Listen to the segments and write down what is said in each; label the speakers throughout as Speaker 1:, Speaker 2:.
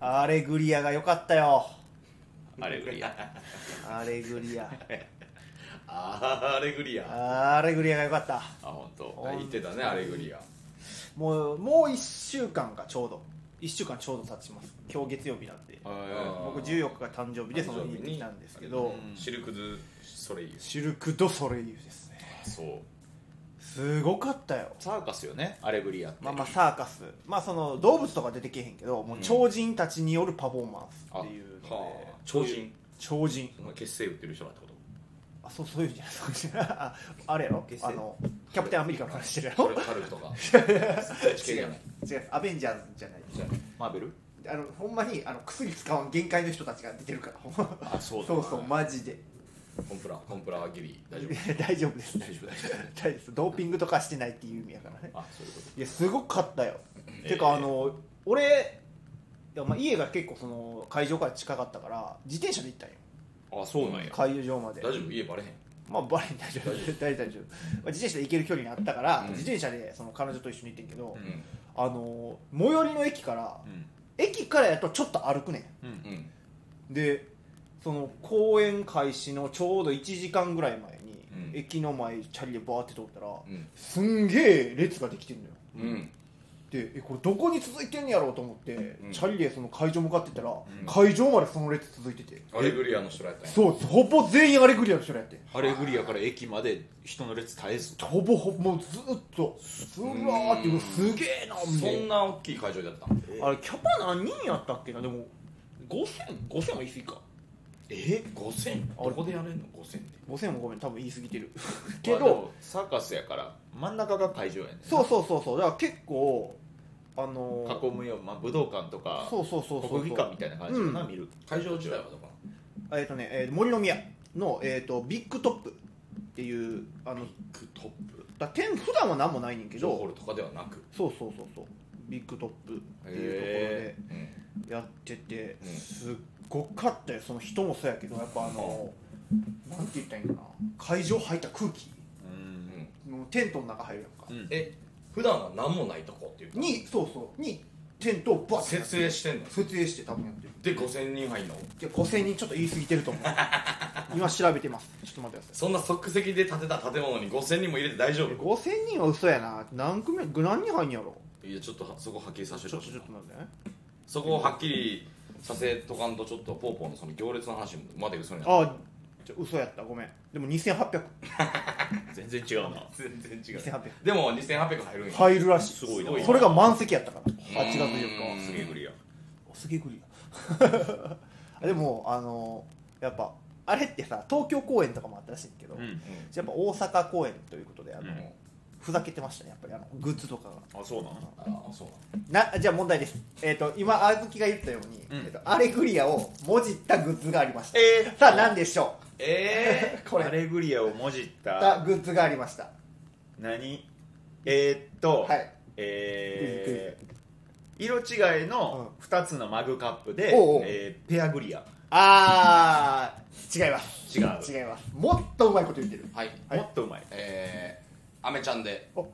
Speaker 1: アレグリアが良かったよ
Speaker 2: アレグリア
Speaker 1: アレグリア
Speaker 2: アレグリア
Speaker 1: アレグリアが良かった
Speaker 2: あ本当
Speaker 1: 当に
Speaker 2: 言ってたねアレグリア
Speaker 1: もうもう1週間かちょうど1週間ちょうど経ちます今日月曜日なんで僕14日が誕生日でその日に来たんですけど
Speaker 2: うんシルク・ドゥ・ソレイユ
Speaker 1: シルク・ドゥ・ソレイユですね
Speaker 2: そう
Speaker 1: すごかったよ
Speaker 2: サーカスよねアレグリアって
Speaker 1: まあまあサーカスまあその動物とか出てけへんけどもう超人たちによるパフォーマンスっていうので、
Speaker 2: はあ超人
Speaker 1: 超人
Speaker 2: お前結成売ってる人だってこと
Speaker 1: あそうそういうんじゃないそういうんじゃない ああれやろ
Speaker 2: 決して
Speaker 1: あのキャプテンアメリカの話してるや
Speaker 2: ハ
Speaker 1: ろ
Speaker 2: ルハルクとか
Speaker 1: 違う違うアベンジャーズじゃない
Speaker 2: マーベル
Speaker 1: あのほんまにあの薬使わん限界の人たちが出てるからほんま
Speaker 2: あそうだ
Speaker 1: そうそうマジで
Speaker 2: コンプラコンプラギリ大丈夫
Speaker 1: 大丈夫です
Speaker 2: 大丈夫大丈
Speaker 1: 大丈夫ですドーピングとかしてないっていう意味やからね
Speaker 2: 夫あそういうこ
Speaker 1: いやすごかったよ、
Speaker 2: えー
Speaker 1: てかあの俺いや、まあ、家が結構その会場から近かったから自転車で行ったんよ
Speaker 2: とあそうなんや
Speaker 1: 会場まで
Speaker 2: 大丈夫家バレへん
Speaker 1: まあバレん大丈夫
Speaker 2: 大
Speaker 1: 大
Speaker 2: 丈
Speaker 1: 丈夫、まあ、自転車で行ける距離にあったから、
Speaker 2: うん
Speaker 1: 自転車でその彼女と一緒に行ってんけど、
Speaker 2: うん
Speaker 1: あの最寄りの駅から駅からやとちょっと歩くね
Speaker 2: うん
Speaker 1: んでその公演開始のちょうど1時間ぐらい前に、
Speaker 2: うん
Speaker 1: 駅の前チャリでバーって通ったら、
Speaker 2: うん
Speaker 1: すんげえ列ができてんのよ
Speaker 2: うん
Speaker 1: でえこれどこに続いてんやろうと思って、
Speaker 2: うん
Speaker 1: チャリでその会場向かってったら、
Speaker 2: ん
Speaker 1: 会場までその列続いてて
Speaker 2: アレグリアの人らやったんや
Speaker 1: そうほぼ全員アレグリアの人らやってん
Speaker 3: アレグリアから駅まで人の列絶えず
Speaker 1: ほぼほぼもうずっとすらーって
Speaker 2: うん
Speaker 1: すげえなもう
Speaker 2: そんな大きい会場だったん
Speaker 1: あれキャパ何人やったっけなでも5000 5000は言い過ぎか
Speaker 2: え5000
Speaker 1: あ
Speaker 2: どこでやれんの5000って
Speaker 1: 5000もごめん多分言い過ぎてるけ
Speaker 2: け
Speaker 1: ど
Speaker 2: どサーカスやから真ん中が会場やねん
Speaker 1: そうそうそうそうだから結構あのー
Speaker 2: 囲むよう、まあ、武道館とか
Speaker 1: そうそうそうそう
Speaker 2: 国技館みたいな感じかな、
Speaker 1: うん
Speaker 2: 見る
Speaker 3: 会場自体はどこ
Speaker 1: えっ、とね、えー森の宮の、えー、とビッグトップっていうあの
Speaker 2: クトップ
Speaker 1: だ天普段は何もないねんけ
Speaker 2: ジョーホー
Speaker 1: ど
Speaker 2: ルとかではなく
Speaker 1: そうそうそうそうビッグトップっていう
Speaker 2: へ
Speaker 1: ところでやってて、
Speaker 2: うん
Speaker 1: すっごかったよその人もそうやけどやっぱあの、なんて言ったらいいんかな会場入った空気
Speaker 3: う
Speaker 2: うんん
Speaker 1: もうテントの中入るやんか、
Speaker 3: うん
Speaker 2: え普段は何もないとこっていうか
Speaker 1: にそうそうにテントをバッて
Speaker 2: 設営してんの
Speaker 1: 設営して多分やってる
Speaker 2: で5000人入んの
Speaker 1: いや5000人ちょっと言い過ぎてると思う今調べてますちょっと待ってください
Speaker 2: そんな即席で建てた建物に5000人も入れて大丈
Speaker 1: え5000人は嘘やな何組ぐ何人入んやろ
Speaker 2: 夫いやちょっとはそこはっきりさせ
Speaker 1: ちょ
Speaker 2: て
Speaker 1: っと
Speaker 2: ほ
Speaker 1: ち
Speaker 2: しい
Speaker 1: ょ
Speaker 2: な
Speaker 1: っと待ってね
Speaker 2: そこをはっきりさせとかんとちょっとポーポーのその行列の話まで嘘になる
Speaker 1: あちょ嘘やったごめんでも2800
Speaker 3: 全然違うな
Speaker 2: 全然違う
Speaker 1: 2800
Speaker 2: でも2800入るんや
Speaker 1: 入るらしい
Speaker 3: すごいな
Speaker 1: それが満席やったから
Speaker 2: うん
Speaker 1: 8月4日は
Speaker 3: すげえグリア
Speaker 1: すげえグリアでもあのやっぱあれってさ東京公演とかもあったらしいんだけど、
Speaker 3: うん
Speaker 2: う
Speaker 1: やっぱ大阪公演ということであの、
Speaker 3: うん
Speaker 1: ふざけてましたねやっぱりあのグッズとかが
Speaker 3: あそうなの
Speaker 2: んああそう
Speaker 1: なじゃあ問題です、えー、と今あずきが言ったように、
Speaker 3: うん
Speaker 1: えー、とアレグリアをもじったグッズがありました、
Speaker 2: え
Speaker 1: さあ何でしょ
Speaker 2: え
Speaker 1: うこ
Speaker 3: ア
Speaker 1: れ
Speaker 3: レグリアをもじっ
Speaker 1: あ
Speaker 3: た
Speaker 1: グッズがありました
Speaker 3: 何えーっと、
Speaker 1: はい
Speaker 3: えー色違いの2つのマグカップで、
Speaker 1: おうおう
Speaker 3: えーペアグリア
Speaker 1: あー違います
Speaker 3: 違う
Speaker 1: 違いますもっとうまいこと言ってる
Speaker 2: はい
Speaker 1: はい
Speaker 3: もっとうまい
Speaker 2: えーアメちゃんで
Speaker 1: お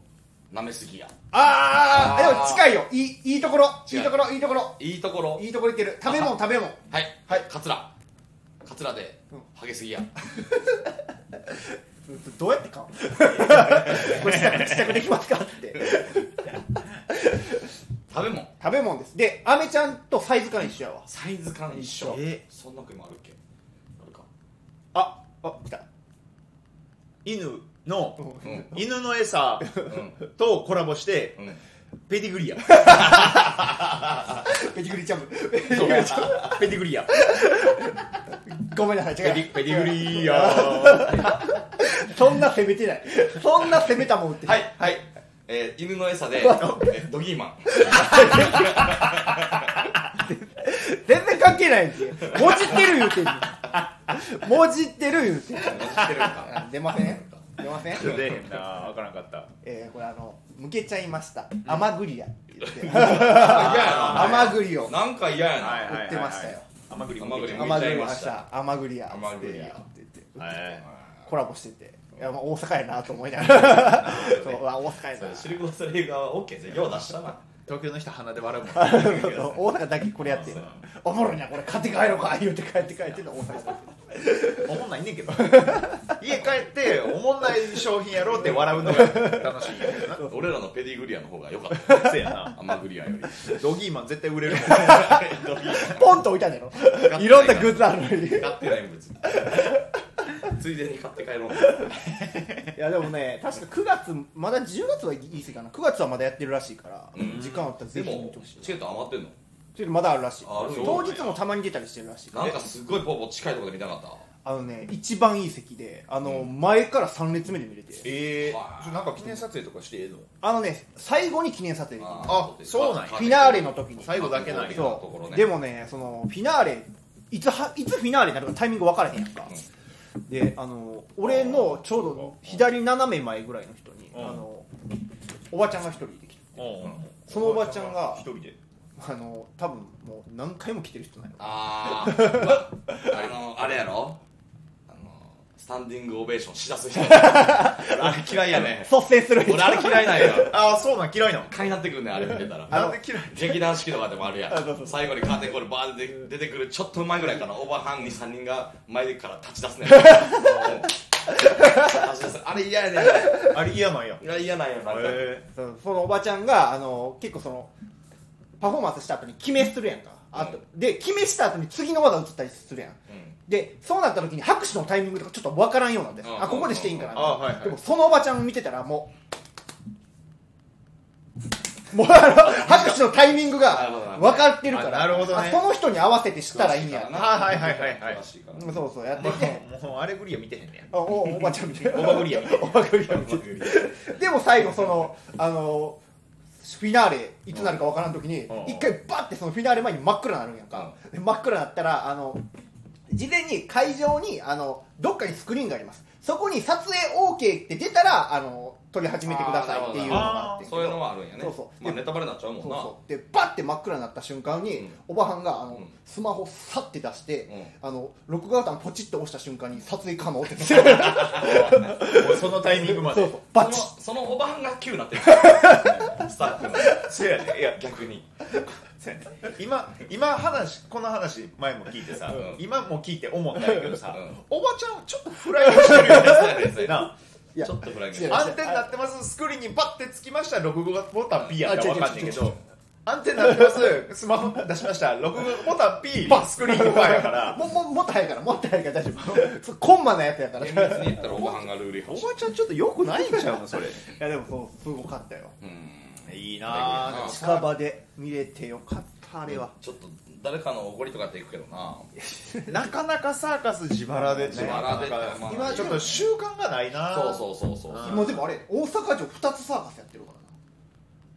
Speaker 2: 舐めすぎや
Speaker 1: あー
Speaker 2: あー
Speaker 1: でも近いよいいいいところ
Speaker 2: 違う
Speaker 1: いいところいいところ
Speaker 2: いいところ
Speaker 1: いいところいける食べ物食べ物
Speaker 2: はいはいカツラカツラで
Speaker 1: うん
Speaker 2: ハゲすぎや
Speaker 1: どうやって買う ご自宅自宅できますかって
Speaker 2: 食べ物
Speaker 1: 食べ物ですでアメちゃんとサイズ感一緒やわ
Speaker 2: サイズ感一緒
Speaker 3: え
Speaker 2: そんな国もあるっけあるか
Speaker 1: ああ来た
Speaker 3: 犬の
Speaker 2: うん
Speaker 3: 犬の餌
Speaker 2: う
Speaker 3: とコラボして
Speaker 2: んうん
Speaker 3: ペディグ リア
Speaker 1: ペディグリチャム
Speaker 3: ペディグリア
Speaker 1: ごめんなさい違
Speaker 3: ペ
Speaker 1: う
Speaker 3: ディペディグリア
Speaker 1: そんな攻めてないそんな攻めたもんって
Speaker 2: はいはい、えー、犬の餌で、えードギーマン
Speaker 1: 全然関係ないんですよもじってる言うてんのもじってる言うてんの
Speaker 2: 知ってるか
Speaker 1: 出ません出ません
Speaker 3: 出えへんな分からんかった
Speaker 1: えー、これあの「むけちゃいました甘栗や」って言って
Speaker 2: あ
Speaker 1: 甘栗を
Speaker 2: なんか嫌やな、
Speaker 3: はいはいはいはい
Speaker 1: 売ってましたよ
Speaker 3: 甘栗
Speaker 2: 甘栗
Speaker 3: は
Speaker 2: む
Speaker 3: い
Speaker 1: 甘
Speaker 2: けちゃ
Speaker 1: 栗を
Speaker 2: いま
Speaker 1: 出
Speaker 2: し
Speaker 1: したた甘栗や
Speaker 2: 甘栗や
Speaker 1: って言ってコラボしてていやまあ大 阪やなと思いながらそううわ大阪や
Speaker 2: それ
Speaker 1: な
Speaker 2: シルク・ドゥソレイユ側は OK ですよよう出したな
Speaker 3: 東京の人鼻で笑 うもん
Speaker 1: 大阪だけこれやっておもろいなこれ買って帰ろうか言うて帰って帰ってんの大阪
Speaker 3: おもんないねんけど 家帰っておもんない商品やろうって笑うのが楽しいんやけどな
Speaker 2: 俺らのペディグリアの方が良かった
Speaker 3: せやな
Speaker 2: アマグリアより
Speaker 3: ドギーマン絶対売れるも ん
Speaker 1: ポンと置いたんやろいろんなグッズあるのにい
Speaker 2: 買ってないもん別についでに買って帰ろう
Speaker 1: やでもね確か9月まだ10月はいいっすかな9月はまだやってるらしいから、時間あったら
Speaker 2: で
Speaker 1: ぜひ見
Speaker 2: も
Speaker 1: てほしい
Speaker 2: チケット余ってんの
Speaker 1: ちょっとまだあるらしい
Speaker 2: あそう
Speaker 1: 当日もたまに出たりしてるらしい
Speaker 2: なんかすごいポーポー近いところで見たかった
Speaker 1: あのね一番いい席であの、前から3列目で見れて
Speaker 3: え
Speaker 2: は
Speaker 3: ー、
Speaker 2: い
Speaker 3: ちょなんか記念撮影とかしてええの
Speaker 1: あのね最後に記念撮影できる
Speaker 3: あそうなんや
Speaker 1: フィナーレの時に
Speaker 3: 最後だけなんや
Speaker 2: とこ
Speaker 1: そ
Speaker 2: ろ
Speaker 1: う、
Speaker 2: ね
Speaker 1: でもねそのフィナーレいつはいつフィナーレになるかタイミング分からへんやんか、であの俺のちょうど左斜め前ぐらいの人に、
Speaker 3: うん
Speaker 1: あのおばちゃんが一人で来てそのおばちゃんが
Speaker 3: 一人で
Speaker 1: あの多分もう何回も来てる人なの
Speaker 2: あああのあれやろあのスタンディングオベーションしだ す人俺あれ嫌いやね
Speaker 1: 率先する人
Speaker 2: 俺あれ嫌いなんや
Speaker 3: ああそうなん嫌いなの
Speaker 2: 買いになってくるねあれ見てたら
Speaker 3: なんで嫌い
Speaker 2: 劇団四季とかでもあるや
Speaker 1: そうそ
Speaker 2: ん最後にカーテンコールバーンで出てくるちょっと前ぐらいかなオーバーハンに3人が前から立ち出 すねん立ち出すあれ嫌やねん
Speaker 3: あれ嫌なんやへ
Speaker 2: いや嫌なんやなんか
Speaker 3: え
Speaker 1: そうそのおばちゃんがあの結構そのパフォーマンスした後に決めするやんかあと、で決めした後に次の技打ったりするやん
Speaker 2: うん
Speaker 1: でそうなった時に拍手のタイミングとかちょっと分からんようなんで、
Speaker 2: うん
Speaker 1: あここでしていいんかな、
Speaker 3: あはいはい
Speaker 1: でもそのおばちゃんを見てたらもうもうあの拍手のタイミング
Speaker 2: なるほどな
Speaker 1: が
Speaker 2: るほど
Speaker 1: 分かってるから
Speaker 3: あなるほどね
Speaker 1: あその人に合わせてしたらいいんや
Speaker 2: な
Speaker 3: あはいはいはいはい
Speaker 2: 詳しいから
Speaker 1: うんそうそうやって
Speaker 3: も
Speaker 1: き て
Speaker 3: うもうアレグリア見てへんね
Speaker 1: あおおばちゃんみたい
Speaker 3: や
Speaker 1: な
Speaker 3: オバグリア見てへん
Speaker 1: おばグリアみたいな でも最後そのあのフィナーレいつなるか分からん時に
Speaker 3: うん
Speaker 1: 一回バッてそのフィナーレ前に真っ暗になるんやんかで真っ暗になったらあの事前に会場にあのどっかにスクリーンがありますそこに撮影 OK って出たらあの撮り始めてくださいっていうのがあってんけど
Speaker 2: そういうのはあるんやね
Speaker 1: そうそう
Speaker 2: まあネタバレになっちゃうもん
Speaker 1: そう
Speaker 2: な
Speaker 1: そうでバッて真っ暗になった瞬間に、
Speaker 2: うん
Speaker 1: おばはんがあの、
Speaker 2: うん
Speaker 1: スマホさって出して、
Speaker 2: う
Speaker 1: あの録画ボタンポチッと押した瞬間に撮影可能って出 てそう
Speaker 3: もうそのタイミングま
Speaker 1: そ
Speaker 3: で
Speaker 1: うバチッ
Speaker 2: そのそのおばはんが急になってるスタッフの
Speaker 3: そうやねいや
Speaker 2: 逆に
Speaker 3: そうやね今今話この話前も聞いてさ、
Speaker 2: うん
Speaker 3: 今も聞いて思ったんやけどさ、
Speaker 2: うん
Speaker 3: おばちゃんちょっとフライドしてるよ
Speaker 2: そうや
Speaker 3: ね
Speaker 2: ねそうやね
Speaker 3: ない
Speaker 1: や
Speaker 2: ちょっとフライング
Speaker 1: 違う
Speaker 3: 安定になってますスクリーンにバッてつきました録画ボタン P やったら
Speaker 1: あ違う
Speaker 3: 分かんないけ
Speaker 1: 違う違う
Speaker 3: ど安定になってますスマホ出しました録画ボタン P スクリーンにバーやから
Speaker 1: も ももっと早いからもっと早いから大丈夫 そうコンマなやつやからい
Speaker 2: 厳密に言ったらおばはんがルール違
Speaker 3: お
Speaker 2: 反
Speaker 3: ばちゃんちょっとよくないんちゃうのそれ
Speaker 1: やでもそうすごかったよ
Speaker 2: うん
Speaker 3: いい
Speaker 2: なぁ
Speaker 1: 近場で見れてよかったあれは、
Speaker 2: ちょっと誰かのおごりとかっていくけどな
Speaker 3: なかなかサーカス自腹でね
Speaker 2: 自腹で
Speaker 3: なんか
Speaker 1: まあ
Speaker 3: 今ちょっと習慣がないな
Speaker 2: そうそうそうそう
Speaker 3: うん
Speaker 1: 今でもあれ大阪城2つサーカスやってるからな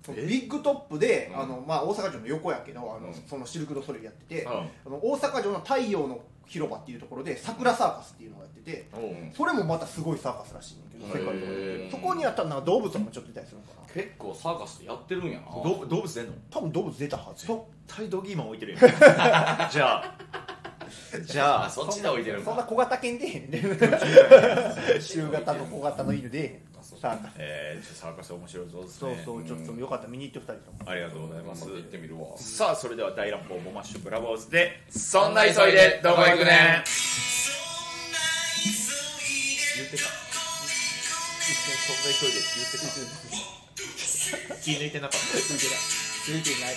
Speaker 1: そのビッグトップで、
Speaker 2: うん
Speaker 1: あのまあ、大阪城の横やけどあの、
Speaker 2: うん
Speaker 1: そのシルク・ド・ソレイユやってて、
Speaker 3: うん
Speaker 1: あの大阪城の太陽の広場っていうところで桜サーカスっていうのをやってて
Speaker 2: うんうん
Speaker 1: それもまたすごいサーカスらしいねんけど世界とか
Speaker 2: へ
Speaker 1: で
Speaker 2: ー
Speaker 1: そこにあったらなんか動物とかもちょっといたりするのかな
Speaker 2: 結構サーカスってやってるんやな
Speaker 3: ど動物出んの
Speaker 1: 多分動物出たはず
Speaker 3: 絶対ドギーマン置いてる やんじゃあじゃ
Speaker 2: あ
Speaker 3: あ
Speaker 2: そっちで置いてるん
Speaker 1: そんな
Speaker 2: だ
Speaker 1: 小型犬出 へんね中型の小型の犬出へん
Speaker 2: あそう
Speaker 1: サーカス
Speaker 3: えー、サーカス面白いぞです
Speaker 1: そ
Speaker 3: ね
Speaker 1: うそうちょっとよかった見に行って2人とも
Speaker 3: ありがとうございま
Speaker 2: ますず行ってみるわ
Speaker 3: さあそれでは大乱暴ボマッシュブラボーズで「そんな急いでどこ行くねん」言ってた一瞬「そんな急いで」って言ってた気抜いてなかった
Speaker 1: 続いてない続いてない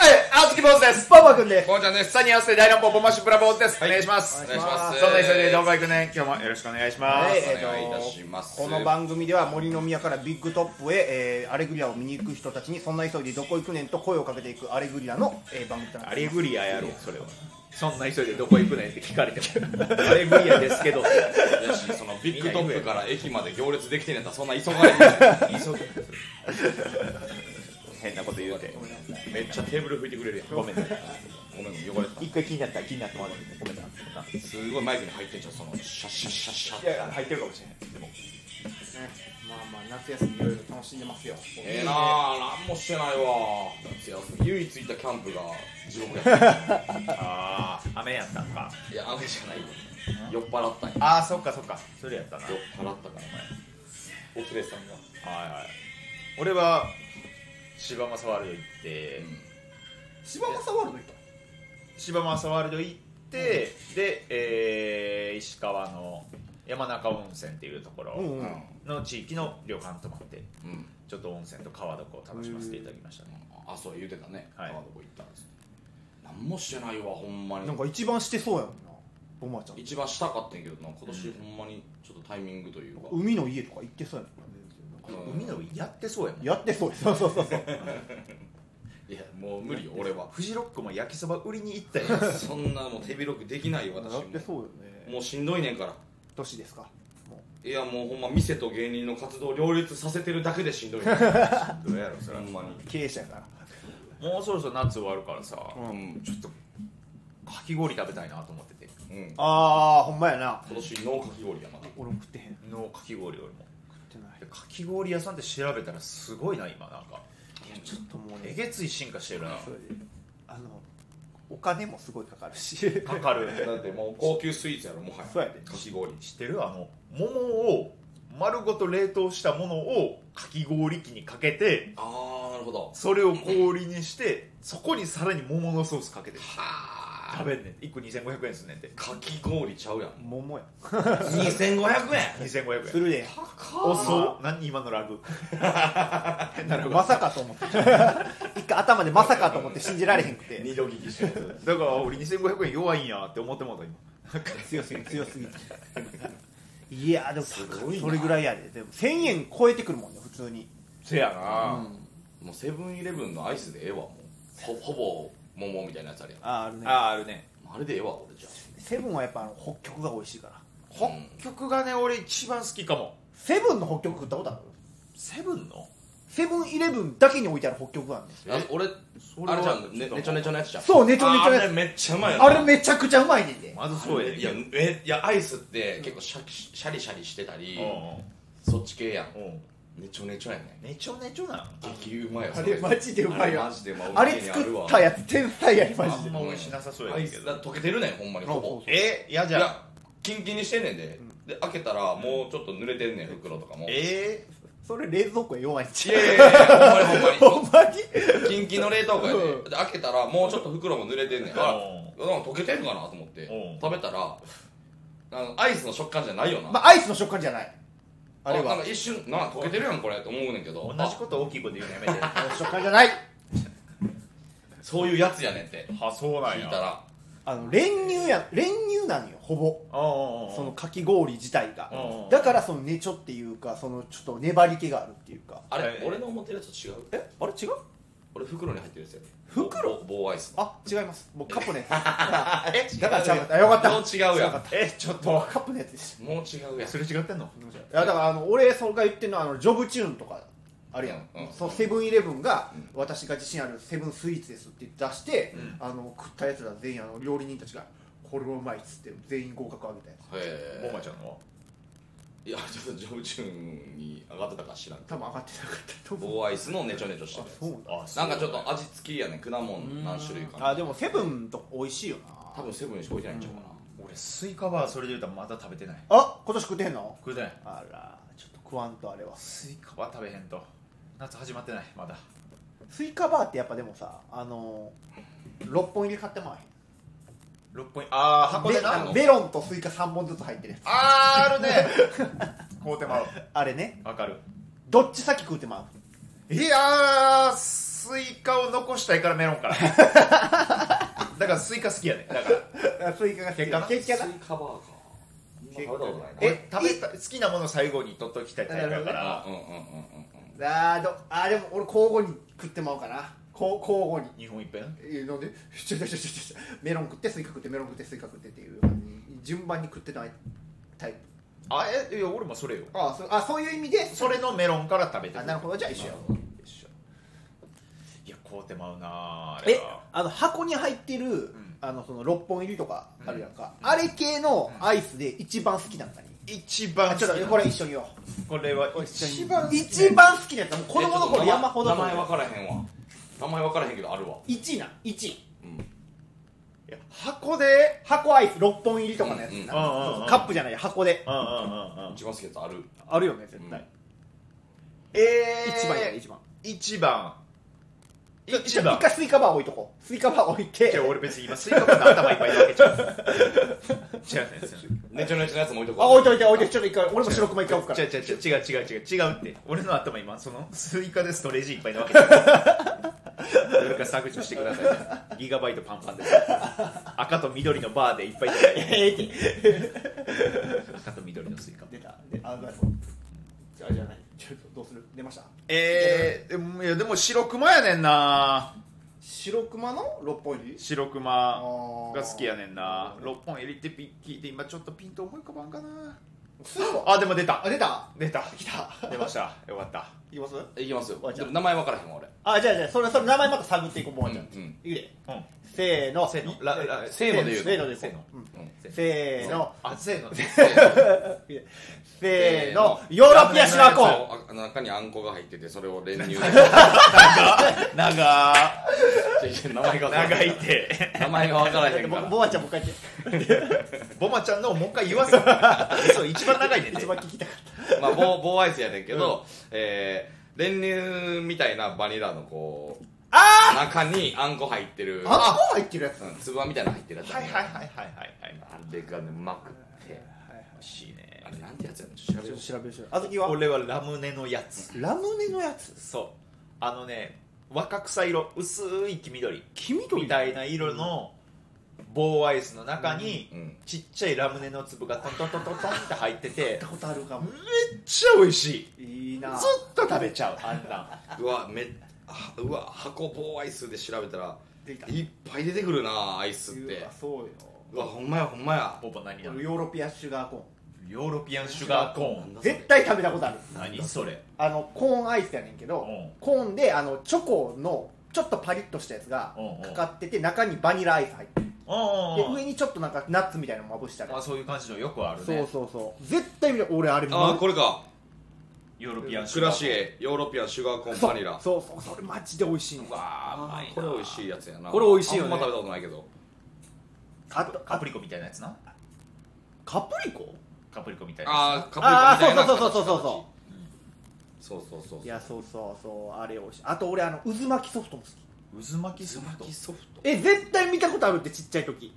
Speaker 3: えあずき坊主です
Speaker 1: パパ君です
Speaker 2: こうちゃんです
Speaker 3: さあに合わせて大乱暴ボマッシュブラボーズです、お願いします
Speaker 2: お
Speaker 1: 願
Speaker 2: 願
Speaker 1: い
Speaker 2: い
Speaker 1: し
Speaker 2: し
Speaker 1: ま
Speaker 2: ますす
Speaker 3: そんな急いでどこ行くねん今日もよろしくお願いします、
Speaker 1: はい、
Speaker 2: い
Speaker 1: えーと
Speaker 2: お願いいたします
Speaker 1: この番組では森の宮からビッグトップへ、えーアレグリアを見に行く人たちにそんな急いでどこ行くねんと声をかけていくアレグリアの、えー番組となって
Speaker 3: アレグリアやろそれはそんな急いでどこ行くねんって聞かれて もアレグリアですけど
Speaker 2: やしそのビッグトップから駅まで行列できてんやったらそんな急がれへん急ぐ
Speaker 3: 変なこと言うて
Speaker 2: めっちゃテーブル拭いてくれるやん
Speaker 3: ごめんね
Speaker 2: ごめん汚れて
Speaker 3: 一回気になったら気になってもらってごめんな
Speaker 2: たすごいマイクに入ってんじゃんそのシャッシャッシャッシャッって
Speaker 3: 入ってるかもしれない
Speaker 1: ねまあまあ夏休みいろいろ楽しんでますよ
Speaker 2: ええなあ何もしてないわ夏休み唯一行ったキャンプが地獄やった
Speaker 3: あー雨やったんか
Speaker 2: いや雨じゃないよ酔っ払ったんや酔っ
Speaker 3: ああそっかそっかそれやったな
Speaker 2: 払ったからお前お連れさんが
Speaker 3: はいはい俺は芝政ワールド行って、
Speaker 1: 柴正ワールド行っ
Speaker 3: 芝政ワールド行って、で、えー石川の山中温泉っていうとこ
Speaker 1: たう
Speaker 3: ろ
Speaker 1: んうん
Speaker 3: の地域の旅館泊まって
Speaker 2: うん、うん
Speaker 3: ちょっと温泉と川床を楽しませていただきましたね
Speaker 2: あそう言うてたね、
Speaker 3: はい
Speaker 2: 川のとこ行ったんです何もしてないわほんまに
Speaker 1: なんか一番してそうやもんなおばあちゃん
Speaker 2: 一番したかったんやけどな今年ほんまにちょっとタイミングというか、
Speaker 1: 海の家とか行ってそうやもんな
Speaker 2: うん
Speaker 3: 海の家やってそうやもん
Speaker 1: やってそうやそうそうそうそう
Speaker 2: いやもう無理よ俺は
Speaker 3: フジロックも焼きそば売りに行ったやん
Speaker 2: そんなもう手広くできないよ私
Speaker 1: やって
Speaker 2: も
Speaker 1: そうよね
Speaker 2: もうしんどいねんから
Speaker 1: 年ですかも
Speaker 2: いやもうほんま店と芸人の活動を両立させてるだけでし んどいねん
Speaker 3: どうやろそれ
Speaker 2: ほんま
Speaker 1: う経営者やから
Speaker 3: もうそろそろ夏終わるからさ、
Speaker 2: にうん
Speaker 3: ちょっとかき氷食べたいなと思ってて
Speaker 2: うん
Speaker 1: ああほんまやな
Speaker 2: 今年ノーかき氷やまだ
Speaker 1: 俺も食ってへん食
Speaker 3: のかき氷俺も
Speaker 1: ってない
Speaker 3: でかき氷屋さんって調べたらすごいな今なんか
Speaker 1: いやちょっともう
Speaker 3: え
Speaker 1: ね
Speaker 3: げつい進化してるな
Speaker 1: それであのお金もすごいかかるし
Speaker 3: かかる
Speaker 2: だってもう高級スイーツやろもはや
Speaker 1: そうやで
Speaker 2: かき氷
Speaker 3: 知ってるあの桃を丸ごと冷凍したものをかき氷機にかけて
Speaker 2: ああなるほど
Speaker 3: それを氷にしてそこにさらに桃のソースかけて
Speaker 2: はあ
Speaker 3: 食べんねん1個2500円すんねんて
Speaker 2: かき氷ちゃうやん
Speaker 1: 桃や
Speaker 2: 2500円
Speaker 3: 2500
Speaker 1: す
Speaker 3: 円
Speaker 1: るで
Speaker 2: 高
Speaker 3: お
Speaker 2: っ
Speaker 3: そう何今のラグ変なラグ
Speaker 1: まさかと思って一回頭でまさかと思って信じられへんく て
Speaker 2: 二度聞きしてる
Speaker 3: だから俺2500円弱いんやって思ってもうた今
Speaker 1: 強すぎ強すぎていやでも
Speaker 2: すごいな
Speaker 1: それぐらいやででも1000円超えてくるもんね普通に
Speaker 3: せやな、
Speaker 2: もうセブンイレブンのアイスでええわもうほほぼ桃みたいなやつあるやん
Speaker 1: あーあるね
Speaker 3: あああるね
Speaker 2: あれでええわ俺じゃ
Speaker 1: セブンはやっぱあの北極が美味しいから
Speaker 3: 北極がね俺一番好きかも
Speaker 1: セブンの北極食ったことある
Speaker 3: セブンの
Speaker 1: セブンイレブンだけに置いてある北極があるね
Speaker 2: ああの俺
Speaker 3: は
Speaker 2: あれじゃんねねちょねちょのやつじゃん
Speaker 1: そうねちょねちょのやつ
Speaker 2: あれめっちゃうまいやん
Speaker 1: あれめちゃくちゃうまいねんで
Speaker 3: まずそうやねん
Speaker 2: い
Speaker 3: け
Speaker 2: や
Speaker 3: ど
Speaker 2: えいやアイスって結構シャキシャリシャリしてたりそっち系やん
Speaker 3: うんうんうん
Speaker 2: ねちょねちょやね
Speaker 3: ねちょねちょな
Speaker 2: 激うまいやつ
Speaker 1: あれマジでうまいわ
Speaker 2: あれマジでうまい
Speaker 1: あれ作ったやつ天才やりまし
Speaker 3: あ
Speaker 1: て
Speaker 3: んま美味しなさそうや
Speaker 2: ア
Speaker 3: ね
Speaker 2: イ
Speaker 3: んけ
Speaker 2: ス
Speaker 3: ど
Speaker 2: だ溶けてるねんほんまにほぼ
Speaker 3: えや
Speaker 2: い
Speaker 3: じゃあ
Speaker 2: やキンキンにしてんねんでで開けたらもうちょっと濡れてんねん袋とかも
Speaker 3: え
Speaker 1: それ冷蔵庫や弱いんち
Speaker 2: い
Speaker 1: ゃう
Speaker 2: やいやいやほんまにほんまに
Speaker 1: ほんまに
Speaker 2: キンキンの冷凍庫や
Speaker 1: う
Speaker 2: でで開けたらもうちょっと袋も濡れてんねんあ
Speaker 3: う
Speaker 2: なんか溶けてんかなと思って
Speaker 3: うん
Speaker 2: 食べたらあのアイスの食感じゃないよな
Speaker 1: まあアイスの食感じゃないあれ
Speaker 2: なん
Speaker 1: は
Speaker 2: か一瞬な溶けてるやんこれって思うねんけど
Speaker 3: 同じこと大きいこと言うのやめて
Speaker 1: アイスの食感じゃない
Speaker 2: あそういうやつやねんって
Speaker 3: あそうなん
Speaker 2: 聞い
Speaker 3: や
Speaker 2: たら
Speaker 1: あの練乳や練乳なのよほぼ
Speaker 3: ああ
Speaker 1: そのかき氷自体が
Speaker 3: うんうん
Speaker 1: だからそのねちょっていうかそのちょっと粘り気があるっていうか
Speaker 2: あれ
Speaker 3: ええ
Speaker 2: 俺の思ってるやつと違う
Speaker 1: えあれ違う
Speaker 2: 俺袋に入ってるやつやで
Speaker 1: 袋
Speaker 2: 棒棒アイスの
Speaker 1: あ違います僕カップ のやつ
Speaker 3: え
Speaker 1: だからちゃうかったよかった
Speaker 2: もう違うやん
Speaker 1: かっ
Speaker 3: えちょったと
Speaker 1: カップのやつでした
Speaker 2: もう違うやん
Speaker 3: すれ違ってんの
Speaker 1: いやだからあの俺それが言ってるのはあのジョブチューンとかあるやん、
Speaker 2: うんうん
Speaker 1: そのセブンイレブンが私が自身あるセブンスイーツですって出して、あの食ったやつら全員あの料理人たちがこれはうまいっつって全員合格あげたやつ
Speaker 2: へ
Speaker 3: ボ
Speaker 2: え
Speaker 3: マちゃんの
Speaker 2: いやちょっとジョブチューンに上がってたか知らんけ
Speaker 1: 多分上がってなかったと
Speaker 2: ど
Speaker 1: 思う
Speaker 2: 棒アイスのねちょねちょして
Speaker 1: あ
Speaker 2: るやつ
Speaker 1: そうなんだ
Speaker 3: あ
Speaker 2: なんかちょっと味付きやねん果物何種類か
Speaker 1: あでもセブンと美味しいよな
Speaker 2: 多分セブンにしか置いてないんちゃうかな
Speaker 3: 俺スイカバーそれで言うたらまだ食べてない
Speaker 1: あ今年食ってへんの
Speaker 3: 食うてない
Speaker 1: あらちょっと食わんとあれは
Speaker 3: スイカバー食べへんと夏始まってないまだ
Speaker 1: スイカバーってやっぱでもさあの6本入り買ってまわへん
Speaker 3: 6本ああ箱で
Speaker 1: メあ
Speaker 3: な
Speaker 1: のメロンとスイカ3本ずつ入ってるやつ
Speaker 3: あーあるね買うてまう
Speaker 1: あれね
Speaker 3: わかる
Speaker 1: どっち先食うてまう
Speaker 3: いやースイカを残したいからメロン からだからスイカ好きやねだから
Speaker 1: あスイカが好き
Speaker 3: 結果な
Speaker 1: 結果
Speaker 2: ス
Speaker 1: な
Speaker 2: イカバーか
Speaker 1: 結
Speaker 2: 食べたことないな
Speaker 1: え
Speaker 3: え食べた好きなもの最後に取っときたいタイプやか
Speaker 1: な
Speaker 3: ら
Speaker 2: うんうんうんうんうん
Speaker 1: あーどあーでも俺交互に食ってまおうかなこう交互に
Speaker 3: 日本一遍
Speaker 1: えーなんで ちょちょちょちょちょメロン食ってスイカ食ってメロン食ってスイカ食ってっていう感じに順番に食ってないタイプ
Speaker 3: あえいや俺もそれよ
Speaker 1: あーそあそういう意味で
Speaker 3: それのメロンから食べて
Speaker 1: あなるほどじゃあ一緒や
Speaker 3: 一緒いや買うてまうなーあれ
Speaker 1: え
Speaker 3: は
Speaker 1: あの箱に入ってる、
Speaker 3: ん
Speaker 1: あのその6本入りとかあるやんか、あれ系のアイスで一番好きなのかに、
Speaker 3: 一
Speaker 1: あ
Speaker 3: 番好き
Speaker 1: ちょっとこれ一緒に言おう
Speaker 3: これは一
Speaker 1: 一
Speaker 3: 番
Speaker 1: 番一番好きなやつもう子供の頃
Speaker 2: えちょっと名前
Speaker 1: 山ほど
Speaker 2: 名前分からへんわ名前分からへんけどあるわ
Speaker 1: 1な1
Speaker 2: うん
Speaker 3: いや箱で
Speaker 1: 箱アイス6本入りとかのやつ、
Speaker 2: うんうん
Speaker 1: なんかそう
Speaker 3: うんうん
Speaker 1: そううんカップじゃない箱で
Speaker 3: うんうんうんうん
Speaker 2: 一番好きなやつある
Speaker 1: あるよね絶対、
Speaker 3: えー、
Speaker 1: 一番やね一番
Speaker 3: 一番一
Speaker 1: 一
Speaker 3: 番
Speaker 1: 回スイカバー置いとこうスイカバー置いて
Speaker 3: じゃあ俺別に今スイカバーの頭いっぱいなわけちゃう違うんですよ
Speaker 2: ねちょねちょのやつも置いとこう
Speaker 1: あ置いといて置いといてちょっと一回俺も白熊一回置くから
Speaker 3: 違う違う違う違う違う違う違うって俺の頭今そのスイカでストレージいっぱいなわけじゃないどれか削除してくださいギガバイトパンパンです赤と緑のバーでいっぱい
Speaker 1: ええって
Speaker 3: 赤と緑のスイカ
Speaker 1: 出たであなるほどじゃあじゃあ何ちょっとどうする出ました
Speaker 3: えー、でもいやでも白熊やねんな
Speaker 1: 白熊の6本入り
Speaker 3: 白熊
Speaker 1: あー
Speaker 3: が好きやねんな6本入りってピ聞いて今ちょっとピンと思い浮かばんかな
Speaker 1: すごい
Speaker 3: あでも出た
Speaker 1: あ出た
Speaker 3: 出た
Speaker 1: 来た
Speaker 3: 出ましたよかった
Speaker 1: いきます
Speaker 2: いきますよ
Speaker 1: おいちゃ
Speaker 2: で
Speaker 1: ん
Speaker 2: も名前分からへんわ俺
Speaker 1: あじゃあじゃあそれそれ名前また探っていこうもうじゃん、
Speaker 2: うんうん
Speaker 1: いくで
Speaker 3: うん
Speaker 1: せーの
Speaker 3: せーのらら
Speaker 2: せーので言う
Speaker 1: せーので
Speaker 3: せ
Speaker 1: せ
Speaker 3: ー
Speaker 1: ー
Speaker 3: の
Speaker 1: の
Speaker 2: うん
Speaker 1: せーの
Speaker 3: あせーの
Speaker 1: せーのヨーロピアシナコン
Speaker 2: そうあ中にあんこが入っててそれを練乳で違
Speaker 3: 長
Speaker 2: う違う名前が分からへん
Speaker 3: 長いって
Speaker 2: 名前が分からへ んか
Speaker 1: ボ
Speaker 2: ら
Speaker 1: ボバちゃんもう一回やって
Speaker 3: ボマちゃんのをもう一回言わせる そう一番長いねんて
Speaker 1: 一番聞きたかっ
Speaker 2: まあ、棒棒アイスやねんけど、えー練乳みたいなバニラのこう中にあんこ入ってる
Speaker 1: たあんこ入ってるやつ
Speaker 2: うん、粒あんみたいなの入ってるやつ
Speaker 3: はいはいはい
Speaker 2: い
Speaker 3: はいはいはい
Speaker 2: あれがねうまくって
Speaker 3: 美味しいね
Speaker 2: あれなんてやつやねんちょっと調べ
Speaker 1: ちょ
Speaker 2: よ
Speaker 1: っと調べ
Speaker 2: う
Speaker 1: る調べるあずきは
Speaker 3: 俺はラムネのやつ
Speaker 1: ラムネのやつ
Speaker 3: そうあのね若草色薄い黄緑
Speaker 1: 黄緑
Speaker 3: みたいな色の棒アイスの中に、
Speaker 2: うんうん
Speaker 3: ちっちゃいラムネの粒がトントントントントンって入ってて
Speaker 1: たことあるか
Speaker 3: め
Speaker 1: も
Speaker 3: っちゃ美味しいず
Speaker 1: いいな
Speaker 3: っと食べちゃうあんな
Speaker 2: うわめあうわ箱棒アイスで調べたら
Speaker 1: できた
Speaker 2: いっぱい出てくるなアイスっ
Speaker 1: う
Speaker 2: て
Speaker 1: わそうよ
Speaker 2: うわほんまやほんまや
Speaker 3: ボボ何なの
Speaker 1: 俺
Speaker 3: ヨ
Speaker 1: ヨーロピアンシュガーコ
Speaker 3: ーロピアンシュガーコー
Speaker 2: なん
Speaker 3: ン
Speaker 2: だそれ
Speaker 1: ーン絶対食べたことある
Speaker 3: 何それ
Speaker 1: あのコーンアイスやねんけど、
Speaker 3: うん
Speaker 1: コーンであのチョコのちょっとパリッとしたやつが
Speaker 3: うんうん
Speaker 1: かかってて中にバニラアイス入ってる
Speaker 3: あ
Speaker 1: で上にちょっとなんかナッツみたいなのまぶしたり
Speaker 3: まあそういう感じのよくあるね
Speaker 1: そうそうそう絶対見た俺あれ
Speaker 2: あーこれか
Speaker 3: ヨーロピアンシ
Speaker 2: ク
Speaker 3: ュガ
Speaker 2: ラ
Speaker 3: ー
Speaker 2: シエヨーロピアンシュガーコーン
Speaker 1: そう
Speaker 2: バニラ
Speaker 1: そうそうそれマジで美味しいの
Speaker 2: うわーうまいなこれ美味しいやつやな
Speaker 1: これ美味しいよね
Speaker 2: あんま食べたことないけど
Speaker 1: あと
Speaker 3: カプ
Speaker 1: リ
Speaker 3: リコみたいなやつな
Speaker 1: カプリコ
Speaker 3: カプリコみたいなやつ
Speaker 2: あーカ
Speaker 1: あ
Speaker 2: プリコみたいな
Speaker 1: あそうそうそうそうそう
Speaker 2: そうそうそうそう
Speaker 1: いやそうそうそうあれ美味しいあと俺あの渦巻きソフトも好き
Speaker 3: 渦巻きソフト
Speaker 2: 巻きソフト
Speaker 1: え絶対見たことあるってちっちゃい時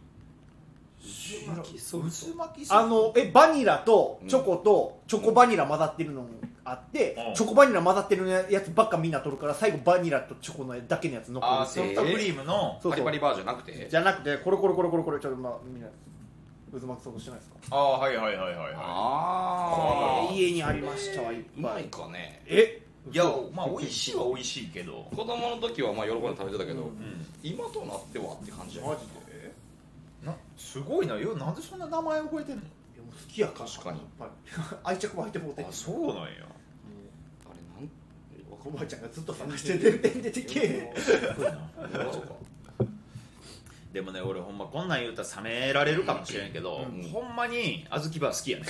Speaker 2: 渦巻きソフト
Speaker 3: 渦巻きソフト
Speaker 1: あのえバニラとチョコとチョコバニラ混ざってるのもあって、
Speaker 3: うん
Speaker 1: チョコバニラ混ざってるやつばっかみんな取るから最後バニラとチョコのだけのやつ残
Speaker 3: あ
Speaker 1: る
Speaker 3: ーソフトクリームの
Speaker 1: そうそう
Speaker 2: パリパリバーじゃなくて
Speaker 1: じゃなくてコロコロコロコロコロちょっとまあみんな渦巻きソフトしてないですか
Speaker 3: ああはいはいはいはいは
Speaker 2: あ
Speaker 1: これ
Speaker 2: あ
Speaker 1: 家にありましたわいっ
Speaker 2: う
Speaker 1: ぱ
Speaker 2: まい
Speaker 1: い
Speaker 2: かね
Speaker 1: え
Speaker 3: いいやまあ美味しいは美味しいけど
Speaker 2: 子供の時はまあ喜んで食べてたけど、
Speaker 1: うん
Speaker 3: うん
Speaker 2: 今となってはって感じや
Speaker 1: マジで
Speaker 3: なすごいなよなんでそんな名前覚えてんの
Speaker 1: いやもう好きやから
Speaker 2: 確かに
Speaker 1: やっぱり愛着湧いてもうて
Speaker 3: あそうなんや
Speaker 2: あれなんわか
Speaker 1: お
Speaker 2: んな
Speaker 1: ば
Speaker 2: い
Speaker 1: あちゃんがずっと探して全然出てけえへん
Speaker 3: でもね俺ほんまこんなん言うたら冷められるかもしれんけ
Speaker 1: う
Speaker 3: ど、
Speaker 1: ん
Speaker 3: ほんまに小豆バー好 きやね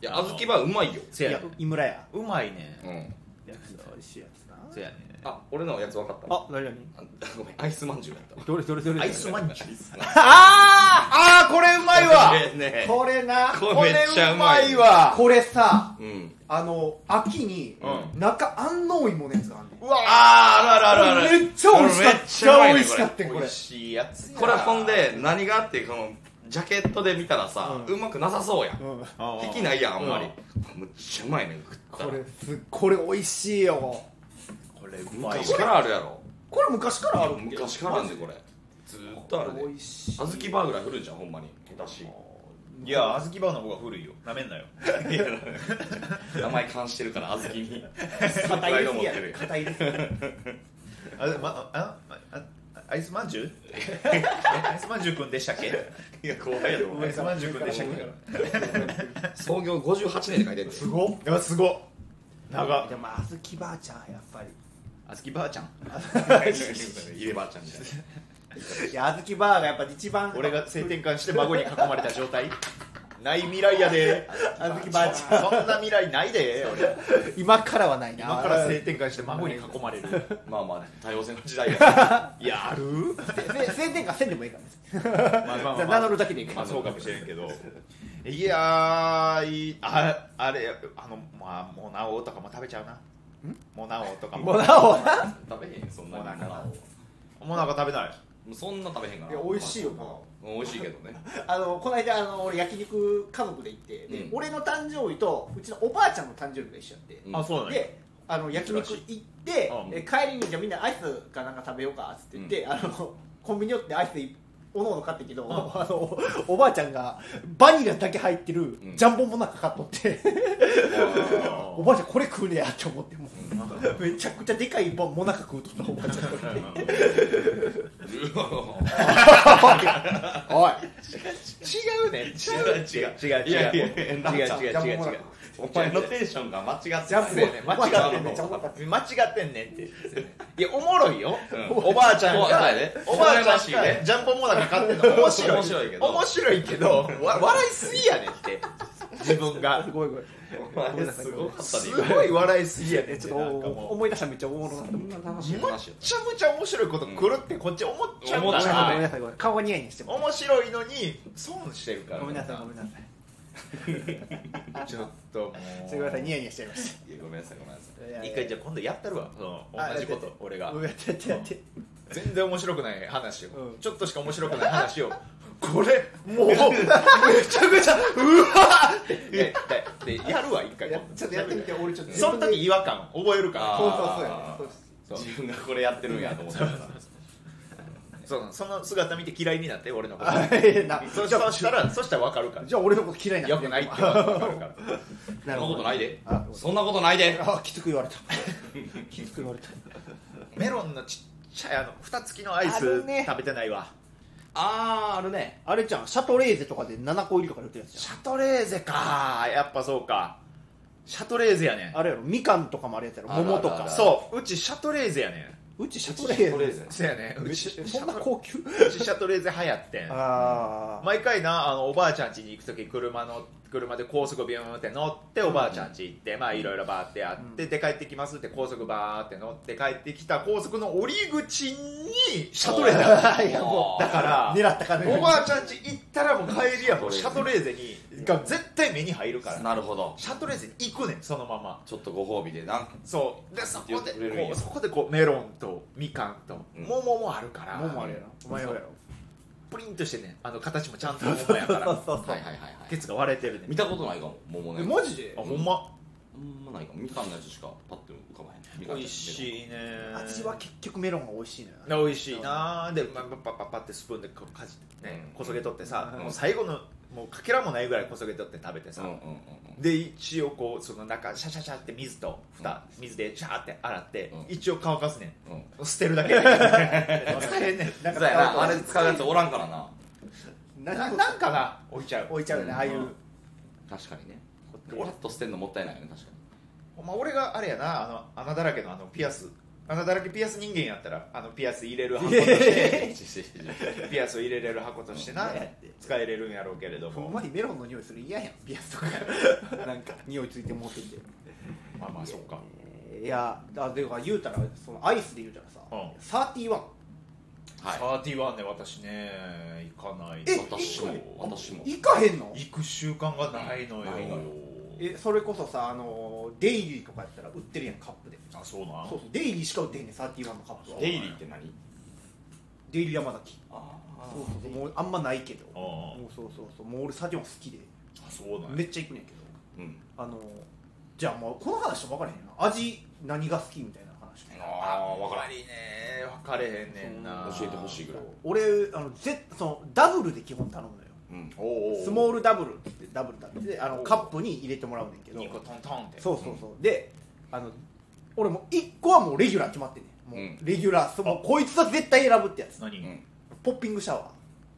Speaker 2: いや小豆はうまいよ
Speaker 3: せや
Speaker 1: い
Speaker 3: ね
Speaker 1: や井村や
Speaker 3: うまいね
Speaker 2: うん
Speaker 1: いや美味しいやつな
Speaker 3: せやね
Speaker 2: あ俺のやつ分かった
Speaker 1: あ何何
Speaker 2: あごめんアイスまんじゅうやったわ
Speaker 1: どれどれどれ
Speaker 3: アイスまんじゅう
Speaker 1: あーあーこれうまいわ
Speaker 2: これね
Speaker 1: これな
Speaker 2: これめっちゃうまい
Speaker 1: わこれさ
Speaker 2: うん
Speaker 1: あの秋に
Speaker 3: う
Speaker 1: 中安納芋のやつがあんねん
Speaker 3: うわああるあるあるある
Speaker 1: めっちゃ美味しかった
Speaker 2: これめっちゃうまいね
Speaker 1: 美味しかったよこれ
Speaker 3: 美味しいやつや
Speaker 2: これほんで何があってこのジャケットで見たらさ、う
Speaker 1: うん
Speaker 2: まくなさそうやん
Speaker 1: うん
Speaker 2: 引きないやんあんまり
Speaker 3: う
Speaker 2: むっちゃうまいねん食ったら
Speaker 1: これすこれ美味しいよ
Speaker 3: これうまい
Speaker 2: 昔からあるやろ
Speaker 1: これ昔からあるんけ
Speaker 2: 昔からあんねんこれずーっとあるで
Speaker 1: 美味しい
Speaker 2: 小豆バーぐらい振るんじゃんほんまに下手し
Speaker 3: いや小豆バーの方が古いよなめんなよ
Speaker 2: いや名前冠してるから小豆に
Speaker 1: 硬
Speaker 2: プラ
Speaker 1: い
Speaker 2: イド
Speaker 1: です
Speaker 2: 持っ
Speaker 1: や
Speaker 2: てるよ
Speaker 1: 硬いですや
Speaker 3: あまああああアイスまんじゅ うアイスまんじゅうくんでしたっけ
Speaker 2: いや怖いよ
Speaker 1: ご
Speaker 3: ア
Speaker 1: め ん
Speaker 3: イスまんじゅうくんでしたっ
Speaker 2: 創業58年って書いてる
Speaker 1: すごっ
Speaker 3: けあすごっ長っ
Speaker 1: でもあずきばあちゃんやっぱり
Speaker 3: あずきば あちゃん
Speaker 2: 入ればあちゃんみたいない
Speaker 1: やあずきバーがやっぱ一番
Speaker 3: 俺が性転換して孫に囲まれた状態ない未来やで
Speaker 1: あずきばあちゃん
Speaker 3: そんな未来ないで俺
Speaker 1: 今からはないな
Speaker 3: 今から性転換して孫に囲まれる
Speaker 2: まあまあね多様性の時代やから
Speaker 3: やる
Speaker 1: せ性転換せんでもいいから
Speaker 3: まあまあ
Speaker 1: じゃあ名乗るだけでいいから
Speaker 3: まあそうかもしれんけど いやーいああれあのまあモナオとかも食べちゃうなモナオとかも
Speaker 1: もうなお
Speaker 2: 食べへんそんなに
Speaker 3: もうなんかな
Speaker 2: も
Speaker 3: モナオ食べないう
Speaker 2: そんな食べへんから
Speaker 1: いや美味しいよな
Speaker 2: な美味しいけどね
Speaker 1: あのこの間あの俺焼肉家族で行って、で
Speaker 2: うん
Speaker 1: 俺の誕生日とうちのおばあちゃんの誕生日が一緒やって、
Speaker 2: うん
Speaker 3: あそうなんや
Speaker 1: であの焼肉行って
Speaker 3: うん
Speaker 1: え帰りにじゃあみんなアイスかなんか食べようかっつって言って、あの コンビニ寄ってアイスおのおの買ってけど、 あのおばあちゃんがバニラだけ入ってる
Speaker 2: うん
Speaker 1: ジャンボもなんか買っとって、おばあちゃんこれ食うねやと思ってもうめちゃくちゃでかいもなか食うとったおばあちゃんが おい
Speaker 3: 違うね
Speaker 2: 違う違う
Speaker 3: 違う違う
Speaker 2: い やいや
Speaker 3: 違う違う違う
Speaker 1: ジャンボも
Speaker 3: 違う
Speaker 1: な
Speaker 3: 違
Speaker 1: か
Speaker 3: う
Speaker 2: お前のテンションが間違って
Speaker 1: ジャ
Speaker 2: ない
Speaker 1: ンボも
Speaker 3: 間違
Speaker 1: なか
Speaker 3: うね
Speaker 1: めっちゃおもろかった
Speaker 3: 間違ってんねんっていやおもろいよ
Speaker 2: うん
Speaker 3: おばあちゃん
Speaker 2: おば
Speaker 3: が
Speaker 2: あちゃんね
Speaker 3: おばあちゃん
Speaker 2: 羨ましい
Speaker 3: が
Speaker 2: ね
Speaker 3: ジャンボモナカ買ってるの面白い
Speaker 2: 面白いけど
Speaker 3: 面白いけどわ笑いすぎやねんって自分が
Speaker 1: ごめんごめん
Speaker 2: お前すごかったです
Speaker 3: ごい笑いすぎやねんって
Speaker 1: ちょっ
Speaker 3: なんか
Speaker 1: と
Speaker 3: もう
Speaker 1: 思い出したらめっちゃおもろかった
Speaker 2: 楽しい話や
Speaker 3: めちゃめちゃ面白いこと来るってこっち思っちゃう
Speaker 2: 思
Speaker 3: か
Speaker 2: っち
Speaker 1: ご
Speaker 2: ゃう
Speaker 1: めん
Speaker 3: ら
Speaker 1: なさいごめんなさい顔がニヤニヤしても
Speaker 3: 面白いのに損してるから
Speaker 1: ごめんなさいごめんなさい
Speaker 3: ちょっともう
Speaker 1: すみませんニヤニヤしちゃいまし
Speaker 2: いやごめんなさいごめんなさい
Speaker 1: たいやいや
Speaker 3: 一回じゃあ今度やったるわその
Speaker 1: あ
Speaker 3: 同じこ
Speaker 1: や
Speaker 3: と
Speaker 1: って
Speaker 3: 俺が
Speaker 1: うんやってやってやって
Speaker 3: 全然面白くない話を、
Speaker 1: うん
Speaker 3: ちょっとしか面白くない 話をこれもうめちゃくちゃうわーってでででやるわ一回
Speaker 1: やちょっとやってみて俺ちょっと
Speaker 3: その時違和感覚える
Speaker 2: あ
Speaker 3: か
Speaker 1: そうそうそうや
Speaker 2: あー
Speaker 1: ね
Speaker 3: らそう
Speaker 2: 自分がこれやってるんやと思ったから
Speaker 3: そうその姿見て嫌いになって俺のこと
Speaker 1: そうですな
Speaker 3: そそしたらそしたら分かるから
Speaker 1: じゃあ俺のこと嫌いにな
Speaker 3: よ
Speaker 1: って
Speaker 3: く
Speaker 1: る
Speaker 3: ないって分かるから
Speaker 2: そんなことないで
Speaker 1: あ
Speaker 2: そんなことないで
Speaker 1: あきつく言われたきつく言われた
Speaker 3: メロンのちっちゃいあの蓋付きのアイ
Speaker 1: あ
Speaker 3: ス
Speaker 1: るね
Speaker 3: 食べてないわ
Speaker 2: あーあるね
Speaker 1: あれじゃんシャトレーゼとかで7個入りとかで売ってるやつじ
Speaker 3: シャトレーゼかやっぱそうかシャトレーゼやね
Speaker 1: ゃんあれやろみかんとかもあれやったろ
Speaker 2: ある
Speaker 1: 桃と
Speaker 2: ある
Speaker 1: か
Speaker 2: ある
Speaker 3: そううちシャトレーゼやねん
Speaker 1: うちシャトレー
Speaker 2: ゼ
Speaker 3: そうやねうち
Speaker 1: ゼそんな高級
Speaker 3: うちシャトレーゼ流行ってん
Speaker 1: ああ
Speaker 3: 毎回なあのおばあちゃん家に行く時車の車で高速ビューンって乗っておばあちゃん家行ってまあいろいろバーってやって、で帰ってきますって高速バーって乗って帰ってきた高速の折り口にシャトレーゼあった
Speaker 1: いやも
Speaker 3: だから
Speaker 1: 狙ったから
Speaker 3: おばあちゃん家行ったらもう帰りやもうシ
Speaker 2: シ
Speaker 3: ャ
Speaker 2: ャ
Speaker 3: ト
Speaker 2: ト
Speaker 3: レーゼにが絶対目に入るから
Speaker 2: なるほど
Speaker 3: シャトレーゼに行くねんそのまま
Speaker 2: ちょっとご褒美でな
Speaker 3: そうでそこ
Speaker 2: 言って
Speaker 3: で
Speaker 2: くれるん
Speaker 3: こ
Speaker 2: や
Speaker 3: うそこでこうメロンとみかんと
Speaker 2: うん
Speaker 3: 桃もあるから
Speaker 1: 桃あれやろお前はやろ
Speaker 3: プリンとしてねあの形もちゃんと桃やから
Speaker 1: そう
Speaker 2: はいはいはいはい
Speaker 3: 鉄が割れてるね
Speaker 2: 見たことないかも桃ね
Speaker 1: えマジで
Speaker 3: あほんま
Speaker 2: あんまないかもみかんのやつしかパッと浮かばへんみかんの
Speaker 3: 美
Speaker 2: や
Speaker 3: 味
Speaker 2: つ
Speaker 3: しいね
Speaker 1: 味は結局メロンが美味しいのよ
Speaker 3: 美味しいなでまあパッパッパッってスプーンでこうかじってね
Speaker 2: うん
Speaker 3: こそげ取ってさ
Speaker 1: うん
Speaker 3: もう最後のもうかけらもないぐらいこそげ取って食べて
Speaker 2: う
Speaker 3: さ
Speaker 2: んうんうん
Speaker 3: で一応こうその中シャシャシャって水と蓋水でシャーって洗って
Speaker 2: うん
Speaker 3: 一応乾かすね
Speaker 2: うんうん
Speaker 3: ん捨てるだ け使えんねん
Speaker 1: なん
Speaker 2: そ
Speaker 1: か
Speaker 2: うやなあれ使うやつおらんからな
Speaker 1: な
Speaker 3: な
Speaker 1: な
Speaker 3: なんかな置いちゃう
Speaker 1: 置いちゃうよねああいう
Speaker 2: うん確かにねおらっと捨てんのもったいないよね確 か
Speaker 3: お前俺があれやなあの穴だらけのあのピアス穴だらけピアス人間やったらあのピアス入れる箱と して
Speaker 2: に
Speaker 3: ピアスを入れれる箱としてな使えれるんやろうけれど
Speaker 1: ほん
Speaker 3: も
Speaker 1: まにメロンの匂いする嫌やんピアスとか なんか匂いついて持ってて
Speaker 3: まあまあそうか
Speaker 1: いやだでか言うたらそのアイスで言うたらさ、
Speaker 3: うん
Speaker 1: サーティワン
Speaker 2: は
Speaker 3: 31ね私ね行かない
Speaker 1: え
Speaker 2: 私も私も
Speaker 1: 行かへんの
Speaker 3: 行く習慣がないのよ
Speaker 2: ないのよ
Speaker 1: えそれこそさあのデイリーとかやったら売ってるやんカップで
Speaker 3: あそうな
Speaker 1: そうそうデイリーしか売ってへんねんサーティワンのカップは
Speaker 2: デイリーって何
Speaker 1: デイリー山崎
Speaker 2: ああ
Speaker 1: そうそうそうもうあんまないけど
Speaker 3: ああ
Speaker 1: もうそうそうそうもう俺サーティワン好きで
Speaker 3: あそうなんや
Speaker 1: めっちゃ行くねんけど
Speaker 2: うん
Speaker 1: あのじゃあもうこの話は分からへんな味何が好きみたいな話
Speaker 2: あーわからん
Speaker 3: んね分かれへんねんな
Speaker 2: 教えてほしいぐらい
Speaker 1: 俺あのぜそのダブルで基本頼むのよ
Speaker 2: うん
Speaker 3: おうおう
Speaker 1: スモールダブルって言ってダブル食べてあ
Speaker 3: お
Speaker 1: の
Speaker 3: う
Speaker 1: カップに入れてもらうねんけど
Speaker 3: 2個トントンって
Speaker 1: そうそうそう、であの俺もう1個はもうレギュラー決まってんねんもう、
Speaker 2: うん
Speaker 1: レギュラーそもうこいつは絶対選ぶってやつ
Speaker 2: う
Speaker 3: 何
Speaker 2: ん
Speaker 1: ポッピングシャワ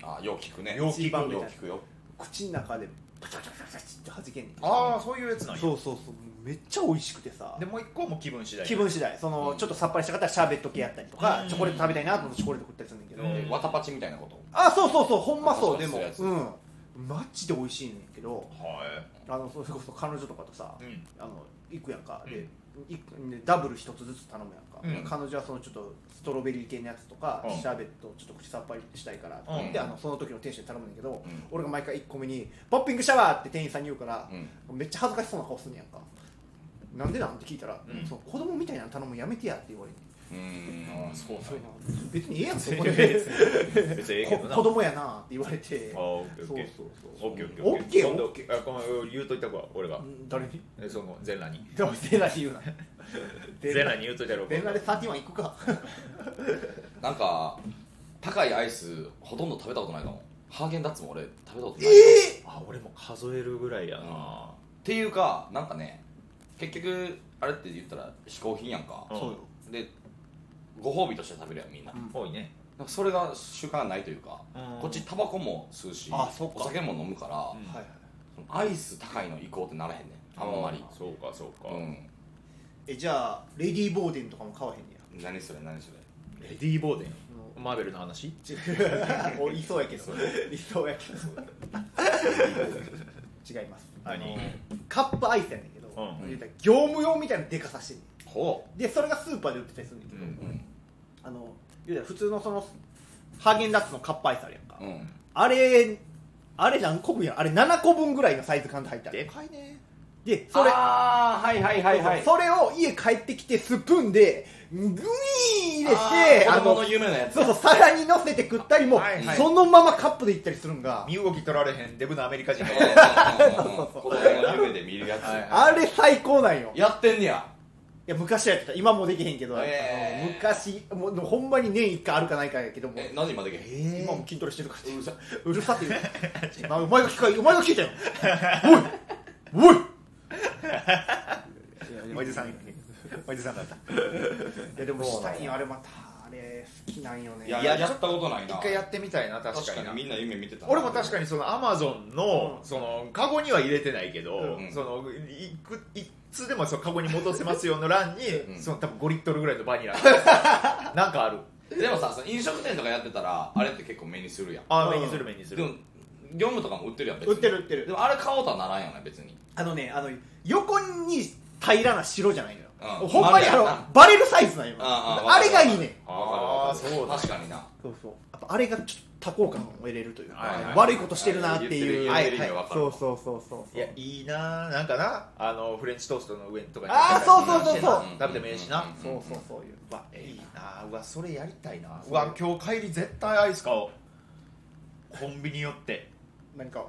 Speaker 2: ああよう聞くね
Speaker 3: よう聞
Speaker 1: くよ
Speaker 2: よう聞くよ
Speaker 1: ー口の中でパチパチパチパチって弾けんねん
Speaker 3: ああそういうやつなんや
Speaker 1: そうそうそうめっちゃ美味しくてさ
Speaker 3: でもう一個も気分次第
Speaker 1: 気分次第その、
Speaker 2: うん
Speaker 1: ちょっとさっぱりした方はシャーベット系やったりとか、
Speaker 3: うん
Speaker 1: チョコレート食べたいなと思ってチョコレート食ったりするんだけど、
Speaker 3: う
Speaker 2: え
Speaker 3: ん
Speaker 2: わたパチみたいなこと
Speaker 1: あそうそうそうほんまそう
Speaker 2: あ
Speaker 1: でも
Speaker 2: そうやつ
Speaker 1: うんマジで美味しいねんけけど
Speaker 3: は
Speaker 1: あのそれこそ彼女とかとさ、
Speaker 3: い、うん、
Speaker 1: あの行くやんか、
Speaker 3: うん
Speaker 1: でいでダブル一つずつ頼むやんか、
Speaker 3: うん
Speaker 1: 彼女はそのちょっとストロベリー系のやつとか、
Speaker 3: うん
Speaker 1: シャーベットをちょっと口さっぱりしたいからとか言って、
Speaker 2: うん
Speaker 1: あのその時の店主に頼むんだけど、
Speaker 2: うん
Speaker 1: 俺が毎回1個目に「ポッピングシャワー!」って店員さんに言うから
Speaker 2: う、ん
Speaker 1: めっちゃ恥ずかしそうな顔すんねやんかなんでなんって聞いたら、
Speaker 3: うん
Speaker 1: その子供みたいなの頼むのやめてやって言われて、
Speaker 2: うん
Speaker 3: ああそう
Speaker 1: そういうの別にええやんそこ で
Speaker 3: だ別にええけ
Speaker 1: こ
Speaker 3: どな
Speaker 1: 子供やなって言われて
Speaker 3: あオッケ
Speaker 1: そう
Speaker 3: ー
Speaker 1: そ
Speaker 3: オ
Speaker 1: う
Speaker 3: ッケー
Speaker 1: そう
Speaker 3: オッケ
Speaker 1: オッケー
Speaker 3: ー今度
Speaker 1: オッケ
Speaker 3: あこの言うといたわ俺が
Speaker 1: うん誰に
Speaker 3: えその全裸に
Speaker 1: でもゼラに言うな
Speaker 3: 全裸に言うといたろ
Speaker 1: ゼラで31行くか
Speaker 2: なんか高いアイスほとんど食べたことないかもハーゲンダッツも俺食べたことない、
Speaker 3: あ俺も数えるぐらいやな
Speaker 2: っていうかなんかね結局あれって言ったら嗜好品やんか、
Speaker 3: うん
Speaker 1: そうよ
Speaker 2: でご褒美として食べるやんみんな,、
Speaker 1: うん
Speaker 3: 多いね
Speaker 2: なんかそれが習慣がないというか、
Speaker 3: うん
Speaker 2: こっちタバコも吸うし
Speaker 1: あそっか
Speaker 2: お酒も飲むから、
Speaker 3: うん
Speaker 1: はいはい
Speaker 2: そのアイス高いの行こうってならへんねんあんまり
Speaker 3: そうかそうか
Speaker 2: うん
Speaker 1: えじゃあレディー・ボーデンとかも買わへんね や
Speaker 2: 何それ何それ
Speaker 3: レディー・ボーデ
Speaker 1: あ
Speaker 3: ンマーベルの話
Speaker 1: の俺いそうやけどいそうやけど違いますあの
Speaker 3: 何
Speaker 1: カップアイスやねんけど、
Speaker 3: うん
Speaker 1: 言うたら業務用みたいなでかさしてんね
Speaker 2: ほ
Speaker 1: んでそれがスーパーで売ってたりするんだけ
Speaker 3: う
Speaker 1: ど、
Speaker 2: ううん
Speaker 1: あの言うたら普通のそのハーゲンダッツのカップアイスあるやんか、
Speaker 2: うん
Speaker 1: あれあれ何個分やあれ7個分ぐらいのサイズ感で入った
Speaker 3: で
Speaker 1: で
Speaker 3: かいね
Speaker 1: でそれ
Speaker 2: ああはいはいはいはい
Speaker 1: それを家帰ってきてスプーンでグイーン入れて
Speaker 2: あー子供
Speaker 1: の
Speaker 2: の夢のや つ
Speaker 1: そうそう皿に乗せて食ったりも、
Speaker 3: はいはい
Speaker 1: そのままカップでいったりするんが、
Speaker 3: 身動き取られへんデブのアメリカ人が
Speaker 2: うんうんうんうん子供の夢で見るやつ、
Speaker 3: はい
Speaker 1: あれ最高なんよい
Speaker 2: やってんねや
Speaker 1: や昔はやってた今もうできへんけど、
Speaker 2: えー
Speaker 1: あの昔もうほんまに年1回あるかないかやけども
Speaker 2: え何時までできへん
Speaker 1: 今も筋トレしてるから
Speaker 2: うるさ
Speaker 1: うるさって言う まあお前が聞かお前が聞い たよおいおい
Speaker 3: おじさんおじさんだった
Speaker 1: いやでも
Speaker 2: そうな
Speaker 1: 下
Speaker 2: んや
Speaker 1: にあれまたあれ好きなんよね
Speaker 2: いや
Speaker 3: いや
Speaker 2: やったことないな
Speaker 3: 一回やってみたいな確
Speaker 2: 確か
Speaker 3: かに
Speaker 2: に
Speaker 3: な
Speaker 2: みんな夢見てた
Speaker 3: 俺も確か
Speaker 2: に
Speaker 3: にそのアマゾンの,、
Speaker 1: うん
Speaker 3: そのカゴには入れてないけど、
Speaker 2: うん
Speaker 3: そのいくいつでもそのカゴに戻せますよの欄に、
Speaker 2: ん
Speaker 3: その多分5リットルぐらいのバニ ラなんかある
Speaker 2: でもさその飲食店とかやってたらあれって結構目にするやん
Speaker 3: あ
Speaker 1: うん
Speaker 3: 目にする目に
Speaker 2: で
Speaker 3: する
Speaker 2: も業務とかも売ってるやん別に
Speaker 1: 売ってる売ってる
Speaker 2: でもあれ買おうとはならんよね別に
Speaker 1: あのね、あの横に平らな白じゃないのよ、
Speaker 2: うん
Speaker 1: ほんまにあ
Speaker 2: 丸や
Speaker 1: の
Speaker 2: な
Speaker 1: バレルサイズなんよ、
Speaker 2: あ
Speaker 1: あれがいいねん、
Speaker 3: あーそうだ
Speaker 2: 確かにな
Speaker 1: そうそうやっぱあれがちょっと多幸感を得れるというか、
Speaker 3: はいはいはい
Speaker 1: 悪いことしてるなっていう、
Speaker 2: 言ってる言ってる意味は分かる
Speaker 1: そうそうそうそう、
Speaker 3: いやいいななんかなあのフレンチトーストの上とかに
Speaker 1: あーそうそうそうそう
Speaker 3: 食べてもええしな、
Speaker 2: うん
Speaker 1: そうそうそういう、わ
Speaker 3: いいなうわそれやりたいなうわ今日帰り絶対アイス買おうコンビニ寄って
Speaker 1: 何か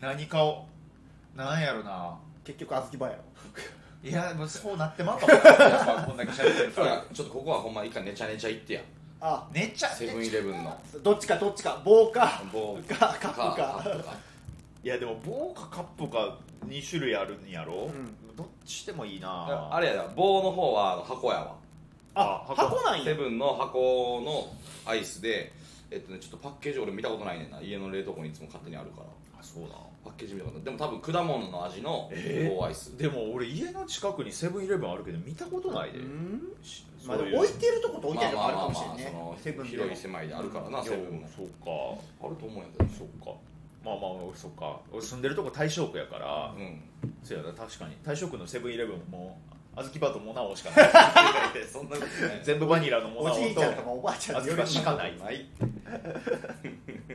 Speaker 3: 何買おうなんやろな
Speaker 1: 結局小豆バやろ、
Speaker 3: いやもうそうなってまうかもなこんだけ喋ってる
Speaker 2: そ
Speaker 3: か
Speaker 2: う
Speaker 3: ら
Speaker 2: やちょっとここはほんま一回ネチャネチャ行ってや
Speaker 1: あ
Speaker 3: 寝ちゃ
Speaker 2: セブンイレブンの
Speaker 1: どっちかどっちか、棒か、
Speaker 2: 棒
Speaker 1: かカップ
Speaker 2: カ
Speaker 1: か、
Speaker 2: ップか
Speaker 3: いやでも棒かカップか2種類あるんやろ、
Speaker 1: うん
Speaker 3: どっちでもいいな
Speaker 2: あれやな棒の方はあの箱やわ
Speaker 1: あ箱なん
Speaker 2: セ
Speaker 1: や、
Speaker 2: ブンの箱のアイスでえっとねちょっとパッケージ俺見たことないねんな家の冷凍庫にいつも勝手にあるから
Speaker 3: あそうな
Speaker 2: パッケージ見たことないでも多分果物の味の
Speaker 3: えー
Speaker 2: 棒アイス
Speaker 3: でも俺家の近くにセブンイレブンあるけど見たことないで、
Speaker 1: うん
Speaker 3: し
Speaker 1: まあ、
Speaker 3: そう
Speaker 1: で
Speaker 3: いう
Speaker 1: も置いてるとこと置いてないとこあるかもしれん
Speaker 2: まあまあまあま
Speaker 1: ね
Speaker 2: あ、
Speaker 1: セ
Speaker 2: そ
Speaker 1: ブ
Speaker 2: の
Speaker 1: ンで
Speaker 2: 広い
Speaker 1: も、
Speaker 2: 狭いであるからな、
Speaker 3: い
Speaker 2: セ
Speaker 3: や
Speaker 2: ブンも
Speaker 3: そうか
Speaker 2: あると思うんやけど
Speaker 3: そうかまあまあ俺そっか俺住んでるとこ大正区やから、
Speaker 2: うん
Speaker 3: そうやな確かに大正区のセブンイレブンもあずきバーとモナオしか ない
Speaker 2: そんなこと ない
Speaker 3: 全部バニラのモ
Speaker 1: お
Speaker 3: ナオと
Speaker 1: じいちゃんとかおばあちゃんと
Speaker 3: 小豆しかない
Speaker 2: ないってそんなことないよ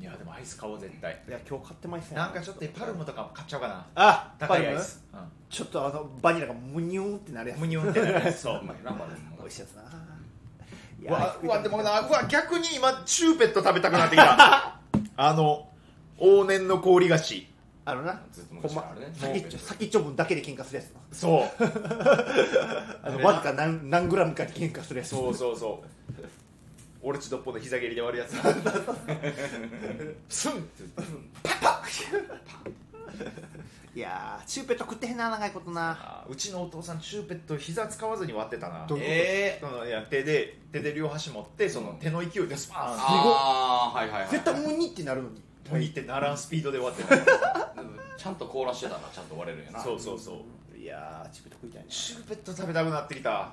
Speaker 3: いやでもアイス買おう絶対
Speaker 1: いや、今日買ってました
Speaker 3: なんかちょっとパルムとかも買っちゃおうかな
Speaker 1: あ
Speaker 3: 高いアイス、
Speaker 1: ちょっとあのバニラがムニューンってなるやつ
Speaker 3: うん、むにゅんってなる やつそう
Speaker 2: うまいなまだ
Speaker 1: 美味しいやつないう
Speaker 3: わ
Speaker 1: や
Speaker 3: うわでもなうわ逆に今チューペット食べたくなってきた あの往年の氷菓子
Speaker 1: あのな
Speaker 2: ずっと
Speaker 1: ほん
Speaker 2: 昔から
Speaker 1: ま
Speaker 2: あるね
Speaker 1: 先っちょ先っちょ分だけで喧嘩するやつな
Speaker 3: そう
Speaker 1: あ
Speaker 3: あ
Speaker 1: の
Speaker 3: れ
Speaker 1: わずか何何グラムかで喧嘩するやつ
Speaker 3: そうそうそう俺ちどっぽの膝蹴りで割る やつスンって
Speaker 1: いやーチューペット食ってへんな長いことな
Speaker 3: あーうちのお父さんチューペット膝使わずに割ってたな
Speaker 1: どういうこと
Speaker 3: ええそのいや手で手で両端持ってその手の勢いでスパーン
Speaker 2: ああはいはいはい
Speaker 1: 絶対ムニューってなるのに
Speaker 3: といってならんスピードで割ってた
Speaker 2: ちゃんと凍らしてたらちゃんと割れるんやな
Speaker 3: そうそうそう
Speaker 1: いやーチューペット食いたいな
Speaker 3: チューペット食べたくなってきた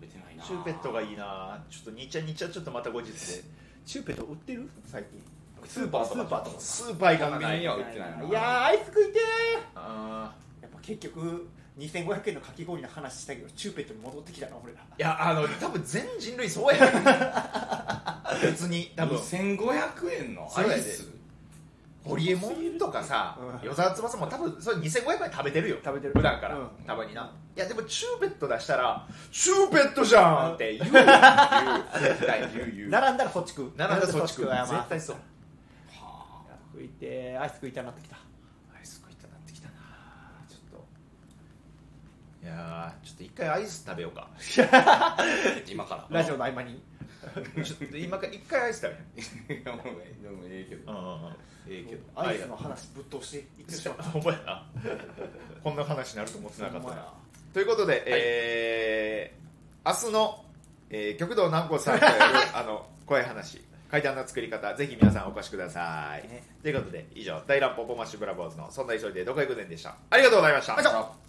Speaker 2: 食べてないな
Speaker 3: チューペットがいいなちょっとニチャニチャちょっとまた後日で
Speaker 1: チューペット売ってる最近
Speaker 2: スーパーとか
Speaker 3: スーパーとか
Speaker 2: か
Speaker 3: スーパー行か
Speaker 2: コンビ
Speaker 3: な
Speaker 2: ニ
Speaker 3: い
Speaker 2: には
Speaker 3: よ
Speaker 2: 売ってないない
Speaker 1: いやーアイス食いて
Speaker 3: あ
Speaker 1: ー
Speaker 3: ー
Speaker 1: やっぱ結局2500円のかき氷の話したけどチューペットに戻ってきたな俺ら
Speaker 3: いやあの多分全人類そうやね別に多分
Speaker 2: 2500円のア
Speaker 3: そうや
Speaker 2: イ
Speaker 3: で
Speaker 2: ス
Speaker 3: ホリエモンとかさ
Speaker 1: うん
Speaker 3: 与沢翼も多分それ2500円食べてるよ
Speaker 1: 食べてる
Speaker 3: 普段から、
Speaker 1: うん
Speaker 3: たまにないやでもチューペット出したら「チューペットじゃん!」っ て言うよ言う絶対言う言う
Speaker 1: 並んだらそっち食う
Speaker 3: 並んだそっち
Speaker 1: 並
Speaker 3: く
Speaker 1: んだらそっち食う
Speaker 3: 絶対そう
Speaker 2: は
Speaker 1: あ食いてーアイス食いたなってきた
Speaker 3: アイス食いたなってきたなちょっといやーちょっと一回アイス食べようか
Speaker 2: あ今から
Speaker 1: ラジオの合間に
Speaker 3: ちょっと今から一回アイス食べよ
Speaker 2: いやもう でもええけど
Speaker 3: う
Speaker 2: ええけど
Speaker 1: アイスの話ぶっ通していってしまった
Speaker 3: ほんまやなこんな話になると思ってなかっ
Speaker 1: ほ
Speaker 3: た
Speaker 1: んま
Speaker 3: な
Speaker 1: や
Speaker 3: ということで、えー明日の、えー極道南光 さんとやるあの怖い話階段の作り方ぜひ皆さんお越しください、
Speaker 1: ね
Speaker 3: ということで以上大乱歩ポマッシュブラボーズのそんな急いでどこ行くねんでしたありがとうございました
Speaker 1: ありがとうございました